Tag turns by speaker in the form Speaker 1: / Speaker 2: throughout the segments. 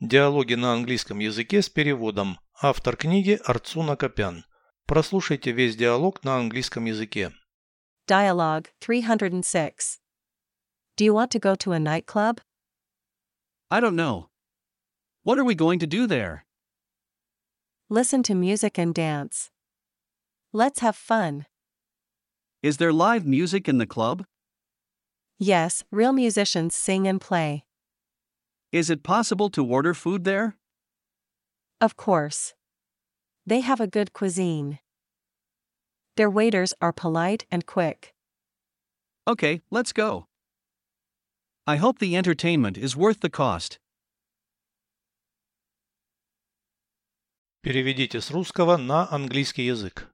Speaker 1: Диалоги на английском языке с переводом. Автор книги Арцуна Копян. Прослушайте весь диалог на английском языке.
Speaker 2: Dialogue 306. Do you want to go to a nightclub?
Speaker 3: I don't know. What are we going to do there?
Speaker 2: Listen to music and dance. Let's have fun.
Speaker 3: Is there live music in the club?
Speaker 2: Yes, real musicians sing and play.
Speaker 3: Is it possible to order food there?
Speaker 2: Of course. They have a good cuisine. Their waiters are polite and quick.
Speaker 3: Okay, let's go. I hope the entertainment is worth the cost.
Speaker 1: Переведите с русского на английский язык.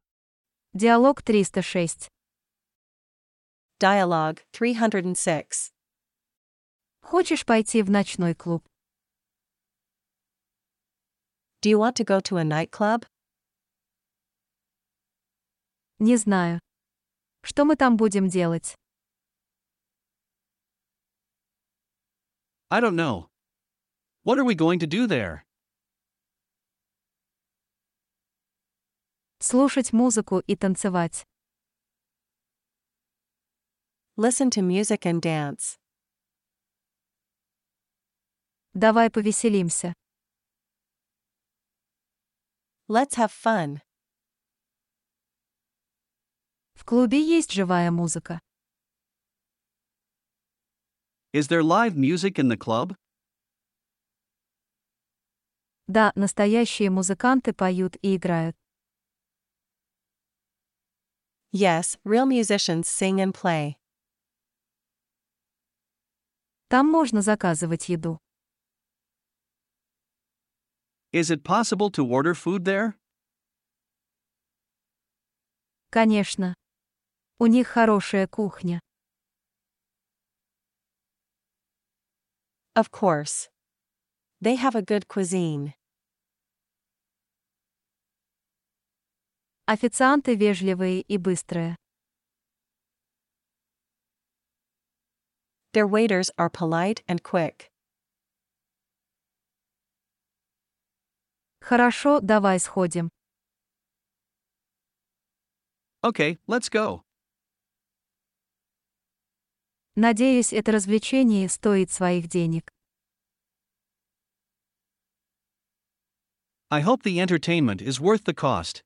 Speaker 4: Диалог 306.
Speaker 2: Dialogue 306.
Speaker 4: Хочешь пойти в ночной клуб?
Speaker 2: Do you want to go to a nightclub?
Speaker 4: Не знаю. Что мы там будем делать?
Speaker 3: I don't know. What are we going to do there?
Speaker 4: Слушать музыку и танцевать.
Speaker 2: Listen to music and dance.
Speaker 4: Давай повеселимся.
Speaker 2: Let's have fun.
Speaker 4: В клубе есть живая музыка.
Speaker 3: Is there live music in the club?
Speaker 4: Да, настоящие музыканты поют и играют.
Speaker 2: Yes, real musicians sing and play.
Speaker 4: Там можно заказывать еду.
Speaker 3: Is it possible to order food there?
Speaker 4: Конечно. У них хорошая кухня.
Speaker 2: Of course. They have a good cuisine.
Speaker 4: Официанты вежливые и быстрые.
Speaker 2: Their waiters are polite and quick.
Speaker 4: Хорошо, давай сходим.
Speaker 3: Okay, let's go.
Speaker 4: Надеюсь, это развлечение стоит своих денег.
Speaker 3: I hope the entertainment is worth the cost.